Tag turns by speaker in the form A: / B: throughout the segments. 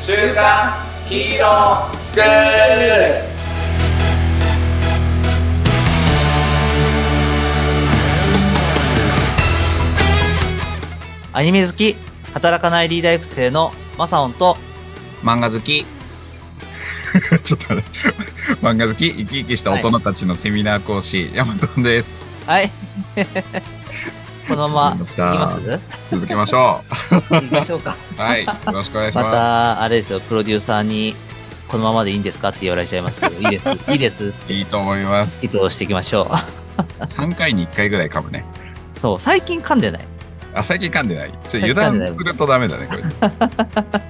A: 週刊ヒーロースクール
B: アニメ好き、働かないリーダー育成のマサオンと、
C: 漫画好き。 ちょっと待って。漫画好き、生き生きした大人たちのセミナー講師、ヤマトンです。
B: はい。 このまま、
C: ど
B: 行
C: うし
B: き
C: た
B: ます
C: 続けましょ
B: いいでしょうか。
C: う。はい。よろしくお願いし
B: ま
C: ま
B: た、あれですよ、プロデューサーに、このままでいいんですかって言われちゃいます けど、いいです、いいです、
C: す。いいと思いま
B: 意
C: す。
B: 図をしていきましょ
C: 3回に1回ぐらい噛むね。
B: う。そう、最近噛んでない。
C: あ、最近噛んでない。ちょ
B: 最
C: 油
B: 近噛んでない
C: 断するとダメだね、これ。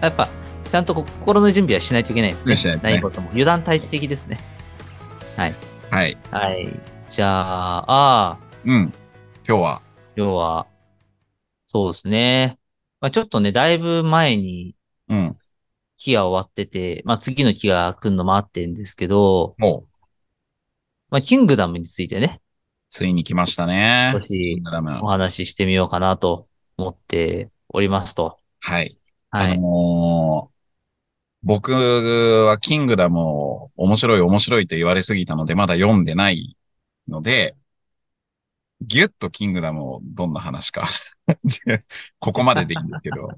B: やっぱ、ちゃんと心の準備はしないといけないですね。
C: しないとね
B: 何事も。油断大敵ですね。
C: はい。
B: はい。じゃあ、ああ、
C: うん。今日は。
B: 要は、そうですね。まあちょっとね、だいぶ前に
C: うん。
B: 期が終わってて、まあ次の期が来るのもあってんですけど、
C: もう、
B: まあキングダムについてね、
C: ついに来ましたね
B: 少。し
C: ダメな
B: お話ししてみようかなと思っておりますと。
C: はい。
B: は
C: あ
B: い。
C: のー僕はキングダムを面白い面白いと言われすぎたので、まだ読んでないので、ぎゅっとキングダムをどんな話か 違う、ここまででいいんですけど、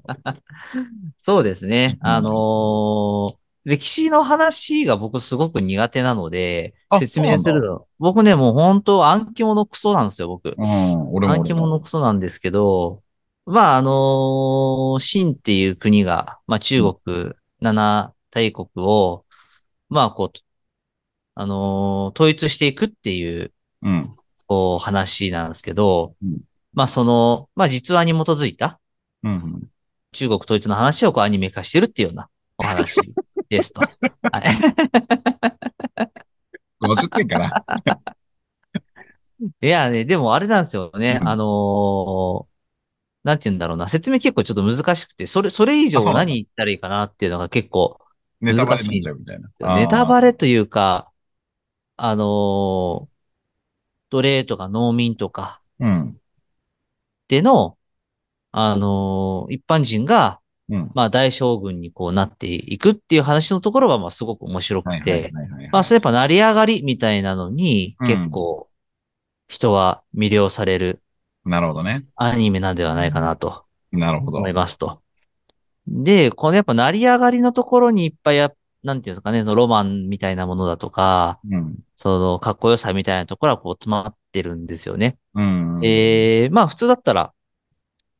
B: そうですね。
C: うん
B: あのー歴史の話が僕すごく苦手なので、
C: あ
B: 説明す
C: そうな
B: るの。僕ね、もう本当暗記物クソなんですよ、僕。
C: うん、俺も
B: 暗記
C: 俺も。
B: 物クソなんですけど、まあ、あのー、秦っていう国が、まあ、中国7大国を、まあ、こう、あのー統一していくっていう、
C: うん、
B: こう、話なんですけど、
C: うん
B: まあ、その、まあ、実話に基づいた
C: うん、うん。
B: 中国統一の話をこうアニメ化してるっていうようなお話です と。はい
C: 50点 かな。
B: いやね、でもあれなんですよね。
C: うん
B: あのーなんて言うんだろうな。説明結構ちょっと難しくて、それ、それ以上
C: あそうなんだ
B: 何言ったらいいかなっていうのが結構、
C: ネタバレになっちゃうみたいな。
B: ネタバ
C: レ
B: レというか、あのー奴隷とか農民とか
C: うん、
B: での、あのー一般人が、
C: うん。
B: まあ大将軍にこうなっていくっていう話のところは、まあすごく面白
C: は
B: く
C: いはい
B: て、
C: はいはい。
B: まあそうやっぱ成り上がりみたいなのに、
C: うん
B: 結構人は魅了される
C: なるほどね。
B: アニメなんではないかなと。
C: なるほど
B: 思い。ますと。で、このやっぱ成り上がりのところにいっぱいや、なんていうんですかね、そのロマンみたいなものだとか、
C: うん、
B: そのかっこよさみたいなところはこう詰まってるんですよね。
C: うん。
B: えー、まあ普通だったら、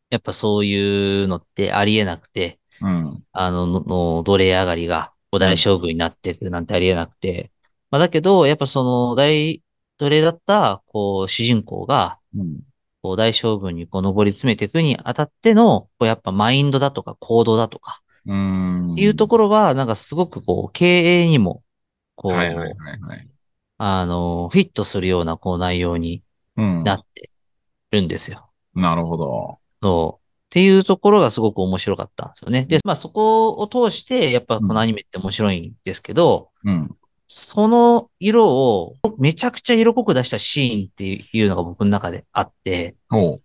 B: やっぱそういうのってありえなくて、
C: うん、
B: あの、のの奴隷上がりが五大将軍になってくなんてありえなくて、まあだけど、やっぱその大奴隷だった、こう主人公が、
C: うん、
B: こう大将軍にこう上り詰めていくにあたっての、こうやっぱマインドだとか行動だとか
C: うん。
B: っていうところは、なんかすごくこう経営にも、こう、
C: はいはいはいはい。
B: あの、フィットするようなこう内容に
C: うん。
B: なってるんですよ。
C: なるほど。
B: そう。っていうところがすごく面白かったんですよね。で、まあそこを通して、やっぱこのアニメって面白いんですけど、
C: うん。
B: その色をめちゃくちゃ色濃く出したシーンっていうのが僕の中であって、
C: ほう。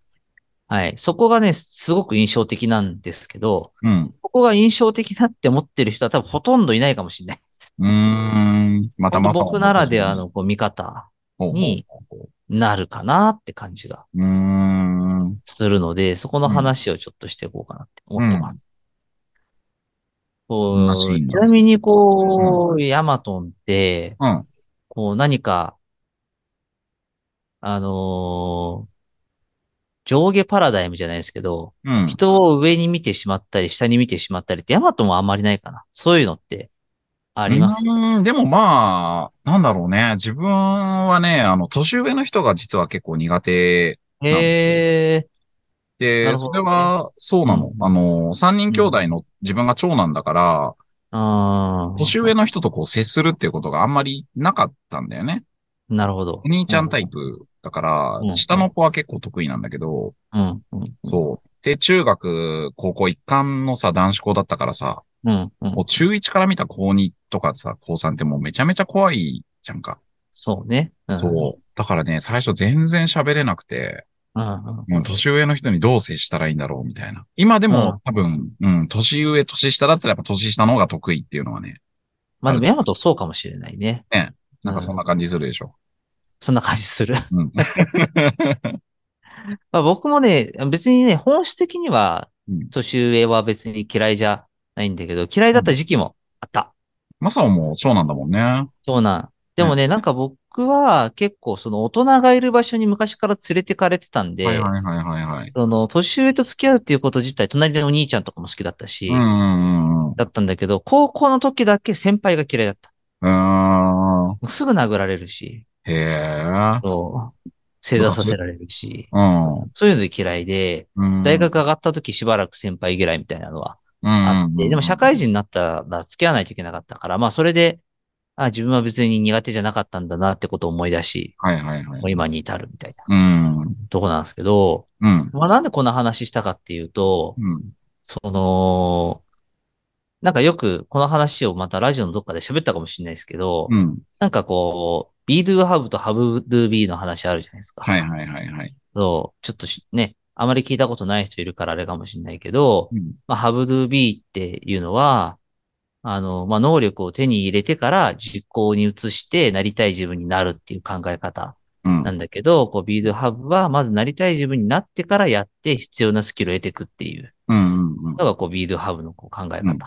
B: はい。そこがね、すごく印象的なんですけど、
C: うん。
B: ここが印象的だって思ってる人は多分ほとんどいないかもしれない。
C: うーん。またまさ
B: 僕ならではのこう見方にになるかなって感じが
C: うーん。
B: するので、そこの話をちょっとしていこうかなって思ってます。こ
C: どん
B: う
C: なシーンなんです
B: ち
C: か
B: なみにこう、ヤマトンって、
C: うん。
B: こう何か、あのー上下パラダイムじゃないですけど、
C: うん。
B: 人を上に見てしまったり、下に見てしまったりって、ヤマトンはあんまりないかな。そういうのってあ
C: あ
B: ります。
C: でもまあ、なんだろうね。自分はね、あの、年上の人が実は結構苦手なん
B: へえ。な
C: で、
B: るほ
C: そ
B: どね
C: れは、そうなの。
B: うん
C: あの、三人兄弟の自分が長男だから、
B: あ
C: 年上の人とこう接するっていうことがあんまりなかったんだよね。
B: あ、なるほど。
C: お兄ちゃんタイプだから、
B: うん
C: 下の子は結構得意なんだけど、
B: うん。うん。
C: そう。で、中学、高校一貫のさ、男子校だったからさ、
B: うん。うん
C: も。う中1から見た高2とかさ、高3ってもうめちゃめちゃ怖いじゃんか。
B: そうね。ん
C: そう。だからね、最初全然喋れなくて、
B: うん
C: うん、年上の人にどう接したらいいんだろうみたいな。今でも、多分、うん、年上、年下だったらやっぱ年下の方が得意っていうのはね、
B: まあでも、ヤマトそうかもしれないね。
C: なんかそんな感じするでしょ。
B: そんな感じする。
C: うん。
B: まあ僕もね、別にね、本質的には
C: うん、
B: 年上は別に嫌いじゃないんだけど、嫌いだった時期もあった。
C: マサオもそうなんだもんね。
B: そうなん。でもね、なんか僕は結構その大人がいる場所に昔から連れてかれてたんで、
C: はいはいはいはいはい。
B: その年上と付き合うっていうこと自体、隣のお兄ちゃんとかも好きだったし、
C: うんうんうんうん。
B: だったんだけど、高校の時だけ先輩が嫌いだった。
C: うーん。
B: もうすぐ殴られるし、
C: へえ。
B: そう正座させられるし、
C: うん。
B: そういうので嫌いで、
C: うん
B: 大学上がった時しばらく先輩嫌いみたいなのはあ
C: あ
B: って、でも社会人になったら付き合わないといけなかったから、まあそれで、あ自分は別に苦手じゃなかったんだなってことを思い出し、
C: はいはいは
B: も
C: い。
B: う今に至るみたいな
C: うん。
B: とこなんですけど、
C: うん。
B: まあなんでこんな話したかっていうと、
C: うん。
B: その、なんかよくこの話をまたラジオのどっかで喋ったかもしれないですけど、
C: うん。
B: なんかこう、be do have と have do be の話あるじゃないですか。
C: はいはいはいはい。
B: そう、ちょっとしね、あまり聞いたことない人いるからあれかもしれないけど、
C: うん。
B: まあ、have do be っていうのは、あの、まあ、能力を手に入れてから実行に移してなりたい自分になるっていう考え方
C: うん。
B: なんだけど、こう be do have はまずなりたい自分になってからやって必要なスキルを得ていくっていう
C: うんうんうん
B: のがこう be do have のこう考え方。
C: うん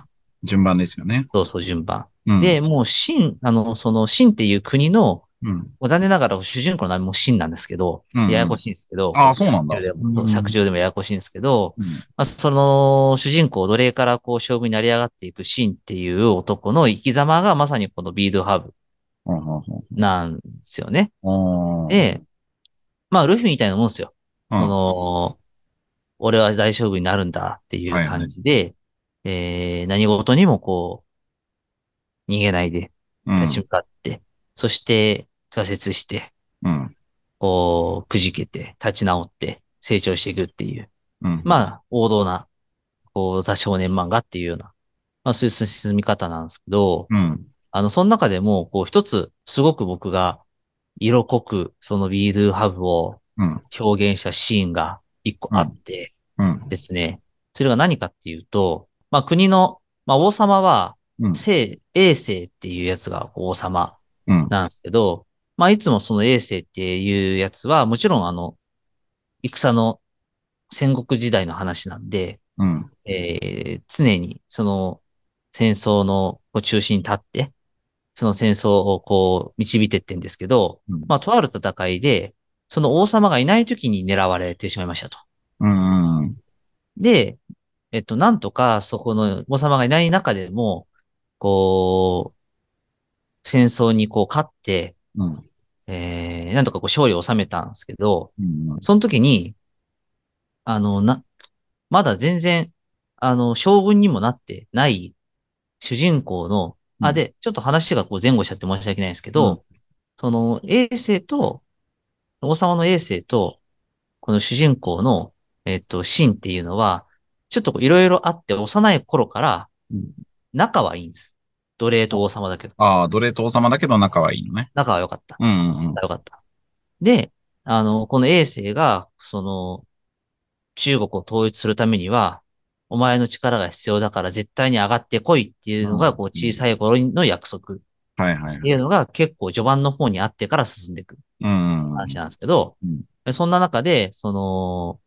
C: 順番ですよね。
B: そうそう、順番。
C: うん、
B: で、もう、秦、あの、その、秦っていう国の、
C: うん。
B: もう残念ながら主人公の名前も秦なんですけど、
C: うん
B: ややこしいんですけど、
C: ああそうなんだ
B: 作中でも
C: うん
B: そう作中でもややこしいんですけど、
C: うん
B: まあ、その、主人公、奴隷からこう、勝負に成り上がっていく秦っていう男の生き様がまさにこのビードハブ
C: うんうんうん
B: なんですよね。
C: あー
B: で、まあ、ルフィみたいなもんですよ。
C: うん
B: その、俺は大将軍になるんだっていう感じで、えー何事にもこう、逃げないで、
C: うん
B: 立ち向かって、そして挫折して、
C: うん
B: こう、くじけて、立ち直って、成長していくっていう、
C: うん
B: まあ、王道な、こう、ザ少年漫画っていうような、まあ、そういう進み方なんですけど、
C: うん。
B: あの、その中でも、こう、一つ、すごく僕が、色濃く、その We Do Have を
C: うん。
B: 表現したシーンが一個あって
C: うん。
B: ですね、それが何かっていうと、まあ、国の、まあ、王様は、
C: うん。
B: 聖、衛星っていうやつがこう王様
C: うん。
B: なんですけど、まあ、いつもその衛星っていうやつは、もちろんあの、戦の戦国時代の話なんで、
C: うん。
B: えー常にその戦争のこう中心に立って、その戦争をこう導いてってんですけど、
C: うん
B: まあ、とある戦いで、その王様がいない時に狙われてしまいましたと。
C: うん。うん。
B: で、えっと、なんとか、そこの王様がいない中でも、こう、戦争にこう勝って、
C: うん。
B: えー、なんとかこう勝利を収めたんですけど、
C: うん。
B: その時に、あの、な、まだ全然、あの、将軍にもなってない主人公の、
C: う
B: あ、
C: ん
B: で、ちょっと話がこう前後しちゃって申し訳ないんですけど、
C: うん
B: その、衛星と、王様の衛星と、この主人公の、えっと、シンっていうのは、ちょっといろいろあって幼い頃から
C: うん、
B: 仲はいいんです。奴隷と王様だけど、
C: ああ、奴隷と王様だけど仲はいいのね。
B: 仲は良かった。
C: うんうんうん。
B: よかった。で、あの、この衛星が、その、中国を統一するためには、お前の力が必要だから絶対に上がってこいっていうの
C: う
B: が、
C: ん
B: こう、小さい頃の約束っ
C: はいはい
B: て。いうのが結構序盤の方にあってから進んでいく
C: うんうん。
B: 話なんですけど
C: うん、
B: そんな中で、その、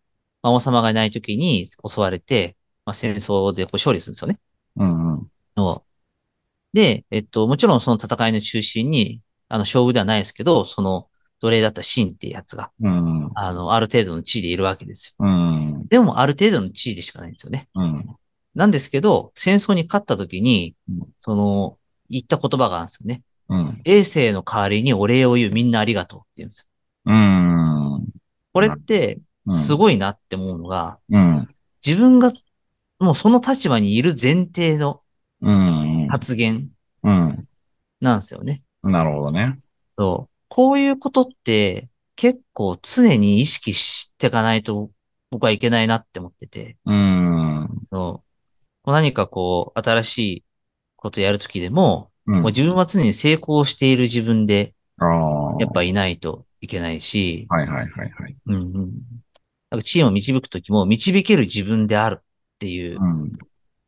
B: まあ王様がいない時に襲われて、まあ、戦争でこう勝利するんですよね。
C: うんうん。
B: ので、えっと、もちろんその戦いの中心に、あの、将軍ではないですけど、その、奴隷だったシンっていうやつが、
C: うんうん。
B: あの、ある程度の地位でいるわけですよ。
C: うん
B: でも、ある程度の地位でしかないんですよね。
C: うん。
B: なんですけど、戦争に勝った時に
C: うん、
B: その、言った言葉があるんですよね。
C: うん。
B: 衛星の代わりにお礼を言う、みんなありがとうって言うんですよ。
C: うん。
B: これって、
C: うん
B: すごいなって思うのが、
C: うん。
B: 自分が、もうその立場にいる前提の
C: うん。
B: 発言
C: うん。
B: なんですよね。
C: なるほどね。
B: そう。こういうことって、結構常に意識していかないと、僕はいけないなって思ってて。
C: うん。うん。
B: の、こう何かこう、新しいことやるときでも、もう自分は常に成功している自分で、
C: ああ。
B: やっぱいないといけないし、
C: はいはいはいはい。
B: うんうん、なんかチームを導くときも、導ける自分であるっていう
C: うん。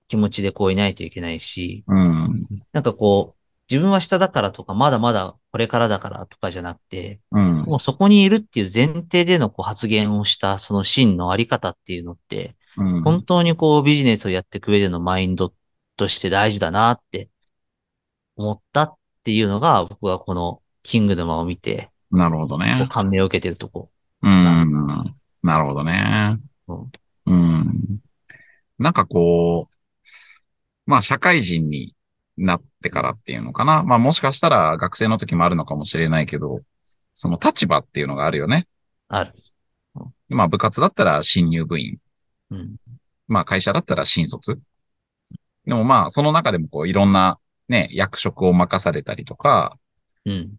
B: 気持ちでこういないといけないし、
C: うん。
B: なんかこう、自分は下だからとか、まだまだこれからだからとかじゃなくて、
C: うん。
B: もうそこにいるっていう前提でのこう発言をした、その真のあり方っていうのって、
C: うん。
B: 本当にこうビジネスをやっていく上でのマインドとして大事だなって思ったっていうのが、僕はこのキングダムを見て、
C: なるほど
B: こう
C: ね。
B: 感銘を受けてるとこ。
C: うん。なるほどね。
B: うん
C: うん。なんかこう、まあ社会人になってからっていうのかな。まあもしかしたら学生の時もあるのかもしれないけど、その立場っていうのがあるよね。
B: ある。
C: まあ部活だったら新入部員。
B: うん。
C: まあ会社だったら新卒。でもまあその中でもこういろんなね、役職を任されたりとか、
B: うん。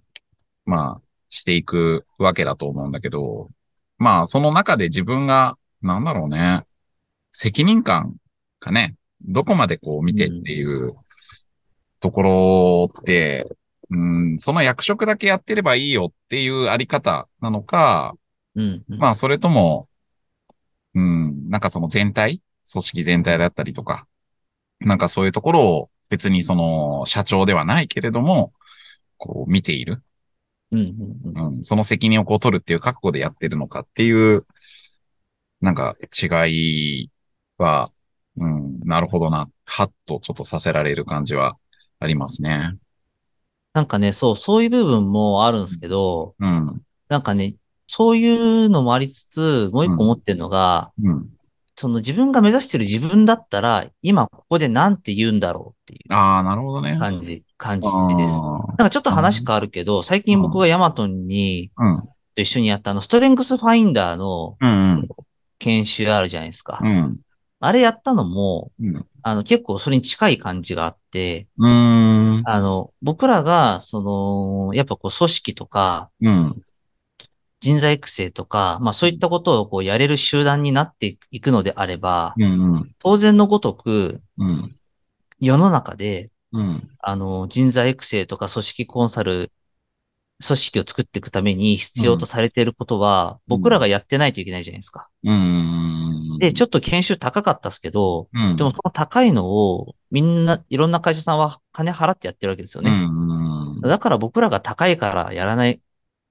C: まあ、していくわけだと思うんだけど、まあ、その中で自分が、なんだろうね、責任感がね、どこまでこう見てっていうところって、うん、その役職だけやってればいいよっていうあり方なのか、
B: うん。うん
C: まあ、それとも、うん、なんかその全体、組織全体だったりとか、なんかそういうところを別にその社長ではないけれども、こう見ている。
B: うん。うんうん。
C: うん、その責任をこう取るっていう覚悟でやってるのかっていう、なんか違いは、うん、なるほどな。はっとちょっとさせられる感じはありますね。
B: なんかね、そう、そういう部分もあるんですけど、
C: うん、
B: なんかね、そういうのもありつつ、もう一個持ってるのが、
C: うん。
B: その自分が目指してる自分だったら、今ここでなんて言うんだろうってい
C: ああ、なるほどね
B: う。感じ、感じ
C: あ
B: です。
C: ー
B: なんかちょっと話変わるけど、最近僕がヤマトンに、
C: うん、
B: と一緒にやったあの、ストレングスファインダーの
C: うん、
B: 研修あるじゃないですか
C: う。ん、
B: あれやったのも、
C: うん、
B: あの、結構それに近い感じがあって、
C: うん、うん、
B: あの、僕らが、その、やっぱこう組織とか、
C: うん、
B: 人材育成とか、まあそういったことをこうやれる集団になっていくのであれば、
C: うん、
B: 当然のごとく
C: うん、
B: 世の中で、
C: うん、
B: あの、人材育成とか組織コンサル、組織を作っていくために必要とされていることは、
C: うん
B: 僕らがやってないといけないじゃないですか。
C: うん。
B: で、ち
C: ょ
B: ょ
C: っ
B: っと研修高かったですけど、
C: と
B: でもその高いのをみんな、いろんな会社さんは金払ってやってるわけですよ
C: う
B: ね。
C: ん、
B: だから僕らが高いからやらない、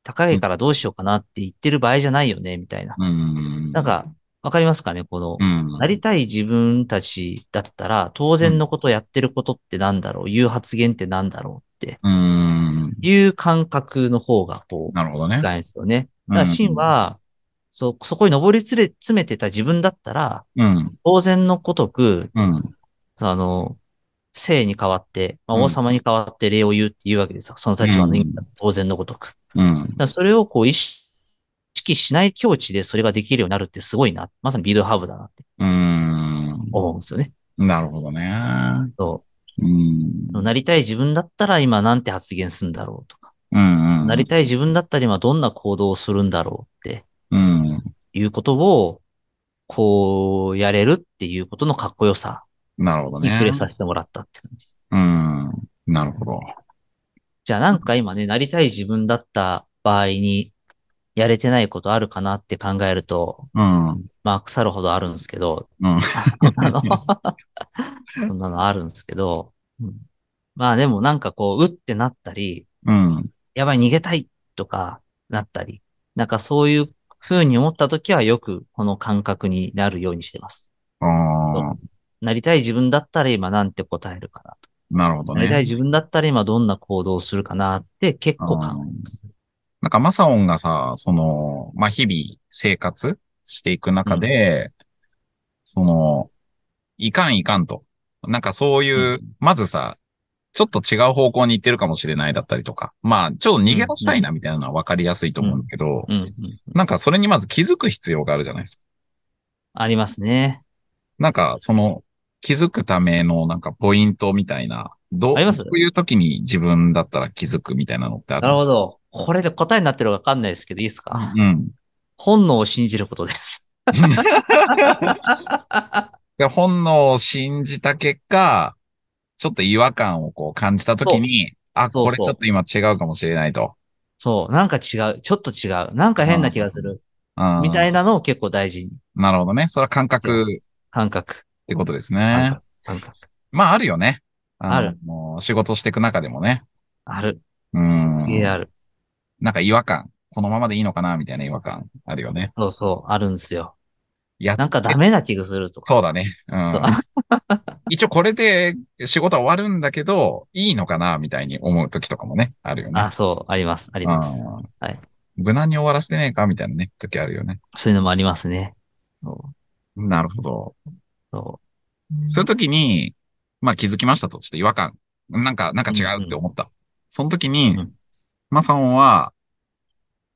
B: 高いからどうしようかなって言ってる場合じゃないよね、みたいな。
C: うん、
B: なん、か、わかりますかねこの
C: う、ん、
B: なりたい自分たちだったら、当然のことやってることってなんだろう言う発言ってなんだろうって
C: うん、
B: いう感覚の方が、こう、
C: なるほどね。
B: 深いんですよね。
C: うん
B: だから、シンは、そ、そこに上りつれ詰めてた自分だったら、
C: うん、
B: 当然のごとく、
C: うん、
B: あの、生に代わって、まあ、
C: うん
B: 王様に代わって礼を言うっていうわけですよ。その立場の意味だと当然のごとく。だか
C: うん、
B: らそれをこう意識しない境地でそれができるようになるってすごいな。まさにビルドハブだなって
C: うーん。
B: 思うんですよね。
C: なるほどね。
B: そうう。
C: ん。
B: なりたい自分だったら今なんて発言するんだろうとか、
C: うんうん。
B: なりたい自分だったら今どんな行動をするんだろうって
C: うん。
B: いうことを、こう、やれるっていうことのかっこよさ
C: なるほど
B: に
C: ね。
B: 触れさせてもらったって感じです。
C: うん。なるほど。
B: じゃあなんか今ね、なりたい自分だった場合に、やれてないことあるかなって考えると、
C: うん。
B: まあ腐るほどあるんですけど、
C: うん。
B: あのそんなのあるんですけど、うんまあでもなんかこう、うってなったり、
C: うん。
B: やばい逃げたいとかなったり、なんかそういう風に思った時はよくこの感覚になるようにしてます。
C: ああ。
B: なりたい自分だったら今なんて答えるかな。
C: なるほど
B: なりたい
C: ね。
B: 自分だったら今どんな行動をするかなって結構考えます。
C: なんか、マサオンがさ、その、まあ、日々生活していく中で、その、いかんいかんと。なんかそういう、
B: うん
C: まずさ、ちょっと違う方向に行ってるかもしれないだったりとか、まあ、ちょっと逃げ出したいなみたいなのは分かりやすいと思うんだけど、
B: うん、うん。
C: なんかそれにまず気づく必要があるじゃないですか。
B: ありますね。
C: なんかその気づくためのなんかポイントみたいな、どう
B: あります
C: どういう時に自分だったら気づくみたいなのってある
B: なるほ
C: ど。
B: ど。これで答えになってるかわかんないですけど、いいですか、
C: うん。
B: 本能を信じることです。
C: で、本能を信じた結果、ちょっと違和感をこう感じた時に、あ、
B: そうそう
C: これちょっと今違うかもしれないと。
B: そう。なんか違う。ちょっと違う。なんか変な気がする。
C: うん
B: みたいなのを結構大事に。
C: なるほどね。それは感覚っ
B: 感覚。
C: てことです
B: 感
C: ね。
B: 覚。感覚。
C: まあ、あるよね。の
B: ある。
C: もう仕事していく中でもね。
B: ある。
C: う
B: すげえ
C: ん。
B: ある。
C: なんか違和感。このままでいいのかなみたいな違和感あるよね。
B: そうそう、あるんですよ。
C: やっ
B: なんかダメな気がするとか。
C: そうだね。うん。 一応これで仕事は終わるんだけど、いいのかなみたいに思う時とかもね、あるよね
B: あ、。そう、あります、あります。
C: うん
B: はい
C: 無難に終わらせてねえかみたいなね、時あるよね。
B: そういうのもありますね。そう
C: なるほど。
B: そう
C: そういう時に、まあ気づきましたとして違和感。なんか、なんか違うって思った。その時に
B: うん、
C: マさんは、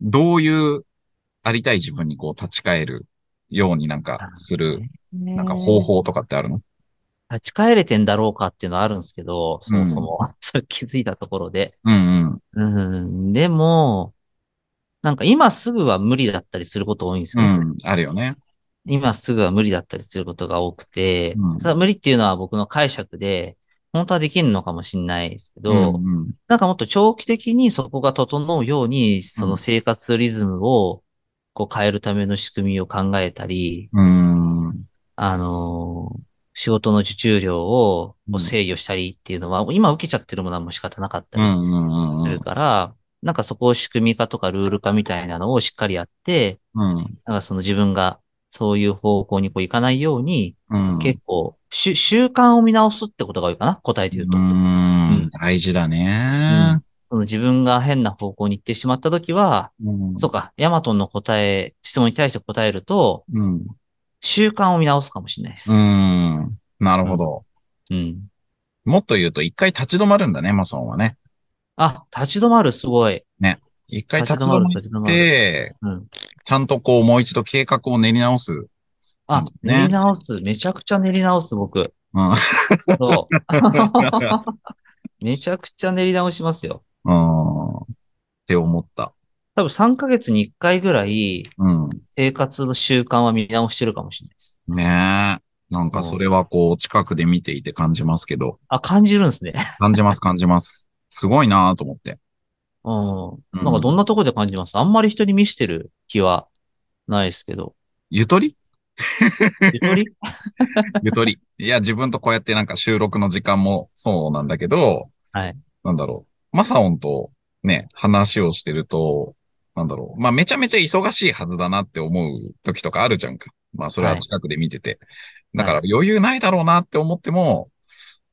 C: どういうありたい自分にこう立ち返るようになんかする、
B: な
C: なんか方。法とかってあるの
B: 立ち返れてんだろうかっていうのはあるんですけど、そもそも、 それ気づいたところで。
C: うん
B: うん、でも、なんか今すぐは無理だったりすること多いんです
C: う
B: よ、
C: ん。うん。あるよね。
B: 今すぐは無理だったりすることが多くて、
C: うん
B: それは無理っていうのは僕の解釈で、本当はできるのかもしれないですけど、
C: うんうん
B: なんかもっと長期的にそこが整うように、その生活リズムをこう変えるための仕組みを考えたり、
C: うん。
B: あのー仕事の受注量を
C: う
B: こうん制御したりっていうのは、今受けちゃってるものはもう仕方なかった
C: う
B: り
C: んうんう
B: す
C: ん
B: るから、なんかそこを仕組み化とかルール化みたいなのをしっかりやって、
C: うん。
B: なんかその自分がそういう方向にこういかないように、
C: うん。
B: 結構、しゅ習慣を見直すってことが多いかな答えで言うと。
C: う
B: うんん。
C: 大事だね。
B: その自分が変な方向に行ってしまったときは、
C: うん
B: そうか、ヤマトンの答え、質問に対して答えると、
C: うん。
B: 習慣を見直すかもしれないです。
C: うん。なるほど。
B: うん
C: もっと言うと、一回立ち止まるんだね、マソンはね。
B: あ、立ち止まる、すごい。
C: 一回立ち止まっ
B: 立ち止まる。
C: て、
B: うん。
C: ちゃんとこう、もう一度計画を練り直す。うん。
B: あ、
C: ね
B: 練り直す。めちゃくちゃ練り直す、僕。 そう。めちゃくちゃ練り直しますよ。
C: うん。って思った。
B: 多分3ヶ月に1回ぐらい、
C: うん。
B: 生活の習慣は見直してるかもしれないです。
C: ねえ。なんかそれはこう、近くで見ていて感じますけど、
B: あ、感じるんですね。
C: 感じます、感じます。すごいなと思って。
B: うん。
C: うん
B: なんかどんなとこで感じますあんまり人に見してる気はないですけど。
C: ゆとり
B: ゆとり
C: ゆとり。いや、自分とこうやってなんか収録の時間もそうなんだけど、
B: はい。
C: なんだろう。マサオンとね、話をしてると、なんだろう。まあ、めちゃめちゃ忙しいはずだなって思う時とかあるじゃんか。まあ、それは近くで見てて。だから余裕ないだろうなって思っても、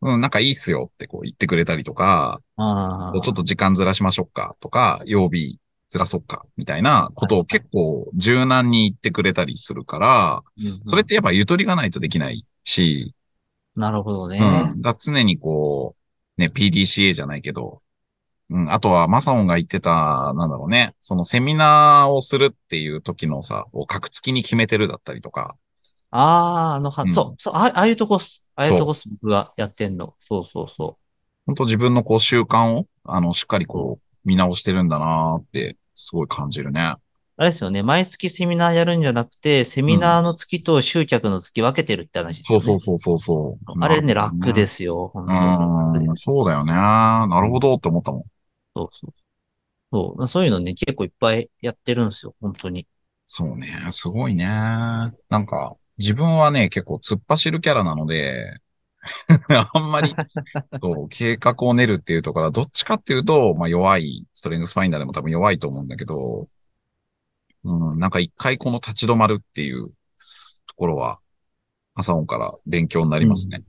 C: うん、なんかいいっすよってこう言ってくれたりとか、
B: ああ。
C: ちょっと時間ずらしましょうかとか、曜日ずらそうかみたいなことを結構柔軟に言ってくれたりするから、
B: うんうん、
C: それってやっぱゆとりがないとできないし、
B: なるほどね。
C: うん。だから常にこう、ね、PDCA じゃないけど、うん。あとは、マサオンが言ってた、なんだろうね、そのセミナーをするっていう時のさ、を格付きに決めてるだったりとか、
B: ああ、あのは、
C: うん
B: そう、そう、ああああいうとこっす。ああいう
C: そう
B: とこっす。僕がやってんの。そうそうそ
C: ほんと自分のこう習慣を、あの、しっかりこう、見直してるんだなーって、すごい感じるね。
B: う。あれですよね。毎月セミナーやるんじゃなくて、セミナーの月と集客の月分けてるって話です
C: そ
B: よ
C: う
B: ね。
C: そうそうそうそう。。
B: あれね、楽ですすよ。本
C: う
B: 当に楽
C: ん。
B: です
C: そうだよね。なるほどって思ったもん。
B: そうそう。そう。そういうのね、結構いっぱいやってるんですよ。本当に。
C: そうね。すごいね。なんか、自分はね、結構突っ走るキャラなので、 あんまり、 そう計画を練るっていうところは、どっちかっていうと、まあ弱い、ストレングスファインダーでも多分弱いと思うんだけど、うん、なんか一回この立ち止まるっていうところは、朝音から勉強になりますね。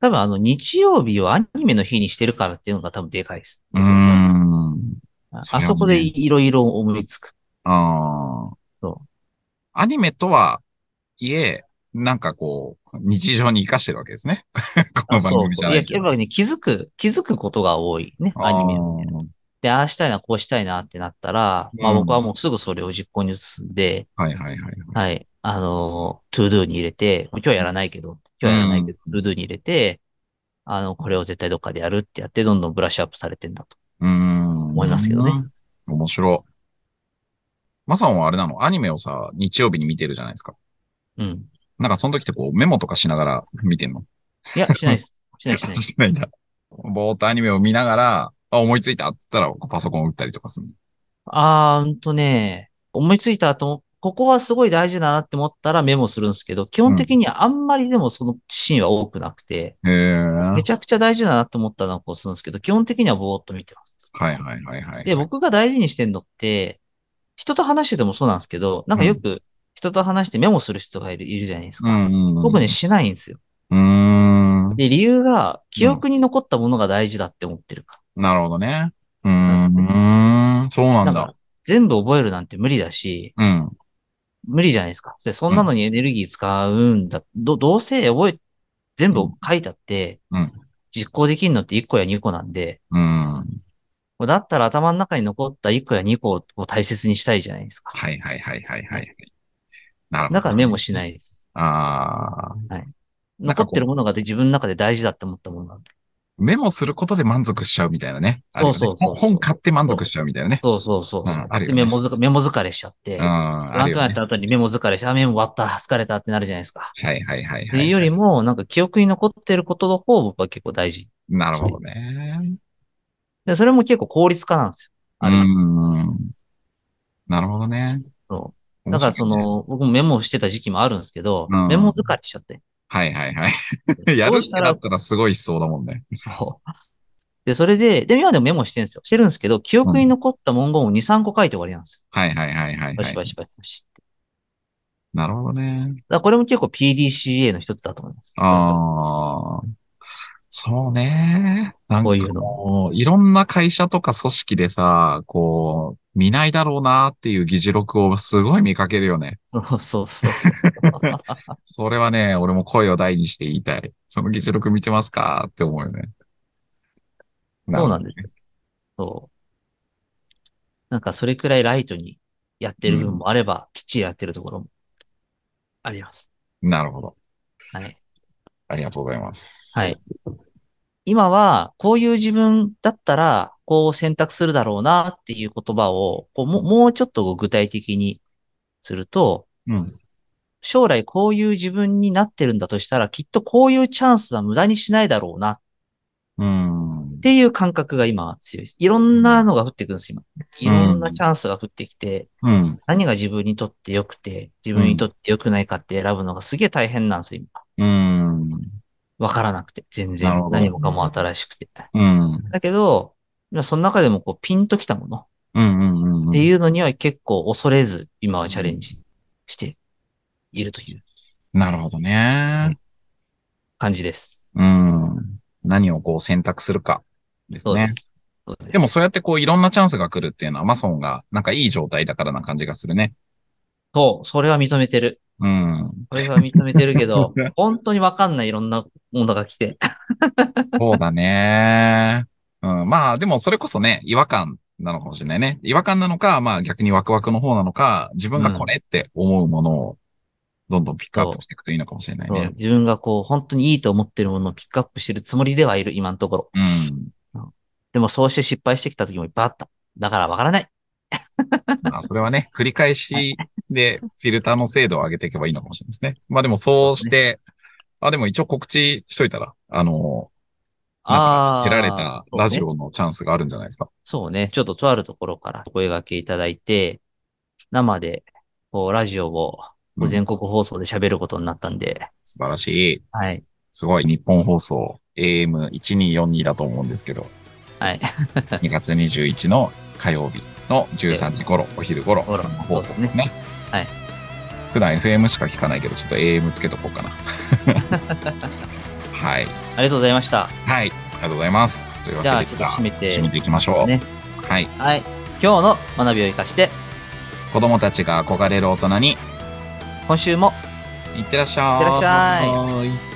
B: 多分あの、日曜日をアニメの日にしてるからっていうのが多分でかいです。
C: うーん。
B: あ
C: それはね
B: あそこでいろいろ思いつく。
C: ああ
B: そ。
C: アニメとはいえ、なんかこう、日常に活かしてるわけですね。 この
B: あ
C: 番
B: そう
C: 組じ
B: そ
C: ゃ
B: う。い
C: な
B: や、
C: いけ
B: やっ
C: ど。
B: ぱね、気づく、気づくことが多いね、アニメを見てるとで、ああしたいな、こうしたいなってなったら、まあ
C: うん
B: 僕はもうすぐそれを実行に移すんで、
C: あーはいはいはい。
B: はい、あの、トゥードゥに入れて、もう今日はやらないけど、今日はやらないけど、トゥードゥに入れて、あの、これを絶対どっかでやるってやって、どんどんブラッシュアップされてんだと。
C: うーん。
B: 思いますけどね。
C: 面白い。マサオンはあれなのアニメをさ、日曜日に見てるじゃないですか。
B: うん。
C: なんかその時ってこうメモとかしながら見てんの。
B: いや、しないです。しないしない
C: してないんだ。ぼーっとアニメを見ながら、あ、思いついたって言ったらパソコンを打ったりとかするの。
B: あー、うんとね、思いついた後、ここはすごい大事だなって思ったらメモするんですけど、基本的にあんまりでもそのシーンは多くなくて、
C: へえ。は
B: め
C: い
B: ちゃくちゃ大事だなって思ったらこうするんですけど、基本的にはぼーっと見てます。
C: はいはいはい。
B: で、僕が大事にしてんのって、人と話しててもそうなんですけど、なんかよく人と話してメモする人がいるいるじゃないです
C: う
B: か。
C: んうんうん。
B: 僕ね、。しないんですよ。
C: うーん。
B: で、理由が、記憶に残ったものが大事だって思ってるか
C: なるほどね。うーん。そうな
B: ら。
C: ん
B: だか
C: だ
B: ら。全部覚えるなんて無理だし、
C: うん。
B: 無理じゃないですか。で、そんなのにエネルギー使うんだ。ど、どうせ覚え、全部書いたって
C: うん、
B: 実行できるのって1個や2個なんで、
C: うん。は
B: だったら頭の中に残った1個や2個を大切にしたいじゃないですか。
C: いはいはいはいはい。なるほど。
B: だからメモ
C: し。
B: しないです。
C: ああ。なん
B: 残
C: かこ
B: っ
C: う
B: てるものがで自分の中で大事だって思ったものなんで。
C: メモすることで満足しちゃうみたいなね。あるよね
B: そうそうそう
C: ほ本買って満足しちゃうみたいなね。
B: そうそうそうそう
C: うんある
B: で
C: よね
B: メモづか、メモ疲れしちゃって、
C: うん。
B: ワ
C: あ
B: ン
C: る
B: トな
C: よ
B: っ
C: ね。
B: た後にメモ疲れして、あ、メモ終わった、疲れたってなるじゃないですか。
C: はいはいはい
B: と
C: はいい。
B: うよりも、なんか記憶に残ってることの方を僕は結構大事。
C: なるほどね。
B: で、それも結構効率化なんですよ。あ
C: う
B: る意味
C: ん。なるほどね。
B: そ
C: 面白いね
B: う。だからそ、の、僕もメモしてた時期もあるんですけど、
C: うん
B: メモ疲れしちゃって。
C: はいはいはい。 やる
B: どう
C: って
B: した
C: な
B: ら
C: っ、たらすごいしそうだもんね。
B: そう。で、それで、で、今でもメモしてるんですよ。してるんですけど、記憶に残った文言を2、3個書いて終わりなんです
C: はいはいはいは
B: よ。
C: い、
B: バ
C: は
B: シ
C: い。
B: バシバシバシ。
C: なるほどね。
B: だからこれも結構 PDCA の一つだと思います。
C: ああ。そうね。なん
B: こ
C: か
B: ういうの
C: もう、いろんな会社とか組織でさ、こう、見ないだろうなっていう議事録をすごい見かけるよね。
B: そうそう そう。
C: それはね、俺も声を大にして言いたい。その議事録見てますかって思うよね。
B: そうなん
C: る
B: ですよ。そう。なんかそれくらいライトにやってる部分もあれば、きっちりやってるところもあります。
C: なるほど。
B: はい。
C: ありがとうございます。
B: はい。。今は、こういう自分だったら、こう選択するだろうなっていう言葉を、こうももうちょっと具体的にすると、
C: うん。
B: 将来こういう自分になってるんだとしたら、きっとこういうチャンスは無駄にしないだろうなっ
C: うん。
B: ていう感覚が今は強いです。いろんなのが降ってくるんです、今。いろんなチャンスが降ってきて、
C: うん。
B: 何が自分にとって良くて、自分にとって良くないかって選ぶのがすげえ大変なんですよ、今。
C: うん。
B: わからなくて、全
C: なる
B: 然。
C: ほど
B: 何もかも新しくて。
C: うん。
B: だけど、今その中でもこうピンときたもの
C: うん。うんうん。うん
B: っていうのには結構恐れず、今はチャレンジしているという
C: なるほどね。
B: 感じです。
C: うん。何をこう選択するかです
B: そうで
C: ね。
B: す。そうです
C: でもそうやってこういろんなチャンスが来るっていうのはマソンがなんかいい状態だからな感じがするね。
B: そう、それは認めてる。
C: うん。
B: それは認めてるけ ど、本当にわかんないいろんなものが来て。
C: そうだね。 うん、まあでもそれこそね、違和感なのかもしれないね。違和感なのか、まあ逆にワクワクの方なのか、自分がこれって思うものをどんどんピックアップしていくといいのかもしれない
B: そう
C: ね。
B: 自分がこう、本当にいいと思ってるものをピックアップしてるつもりではいる、今のところ。
C: うん。
B: でもそうして失敗してきた時もいっぱいあった。だからわからない。
C: まあそれは ね、繰り返しでフィルターの精度を上げていけばいいのかもしれないですね。まあでもそうして、あ、でも一応告知しといたら、あの、なんか
B: ああ。
C: 得られた
B: そうね
C: ラジオのチャンスがあるんじゃないですか。
B: そうね。ちょっととあるところからお声掛けいただいて、生で、こう、ラジオを
C: うん
B: 全国放送で喋ることになったんで、
C: 素晴らしい。
B: はい。
C: すごい。日本放送 AM1242 だと思うんですけど、
B: はい。
C: 2月21の火曜日の13時頃、お昼頃、
B: ほら、そう
C: 放
B: で
C: 送
B: すね
C: です。ね。
B: はい。
C: 普段 FM しか聞かないけど、ちょっと AM つけとこう かな。はい。
B: ありがとうございました。
C: はい。ありがとうございます。というわけで、
B: じゃあ、ちょっと締めて。
C: 締めていきましょう。
B: ね。
C: はい。
B: はい。今日の学びを生かして、
C: 子供たちが憧れる大人に、
B: 今週も
C: いってらっしゃい。
B: いってらっしゃい
C: い。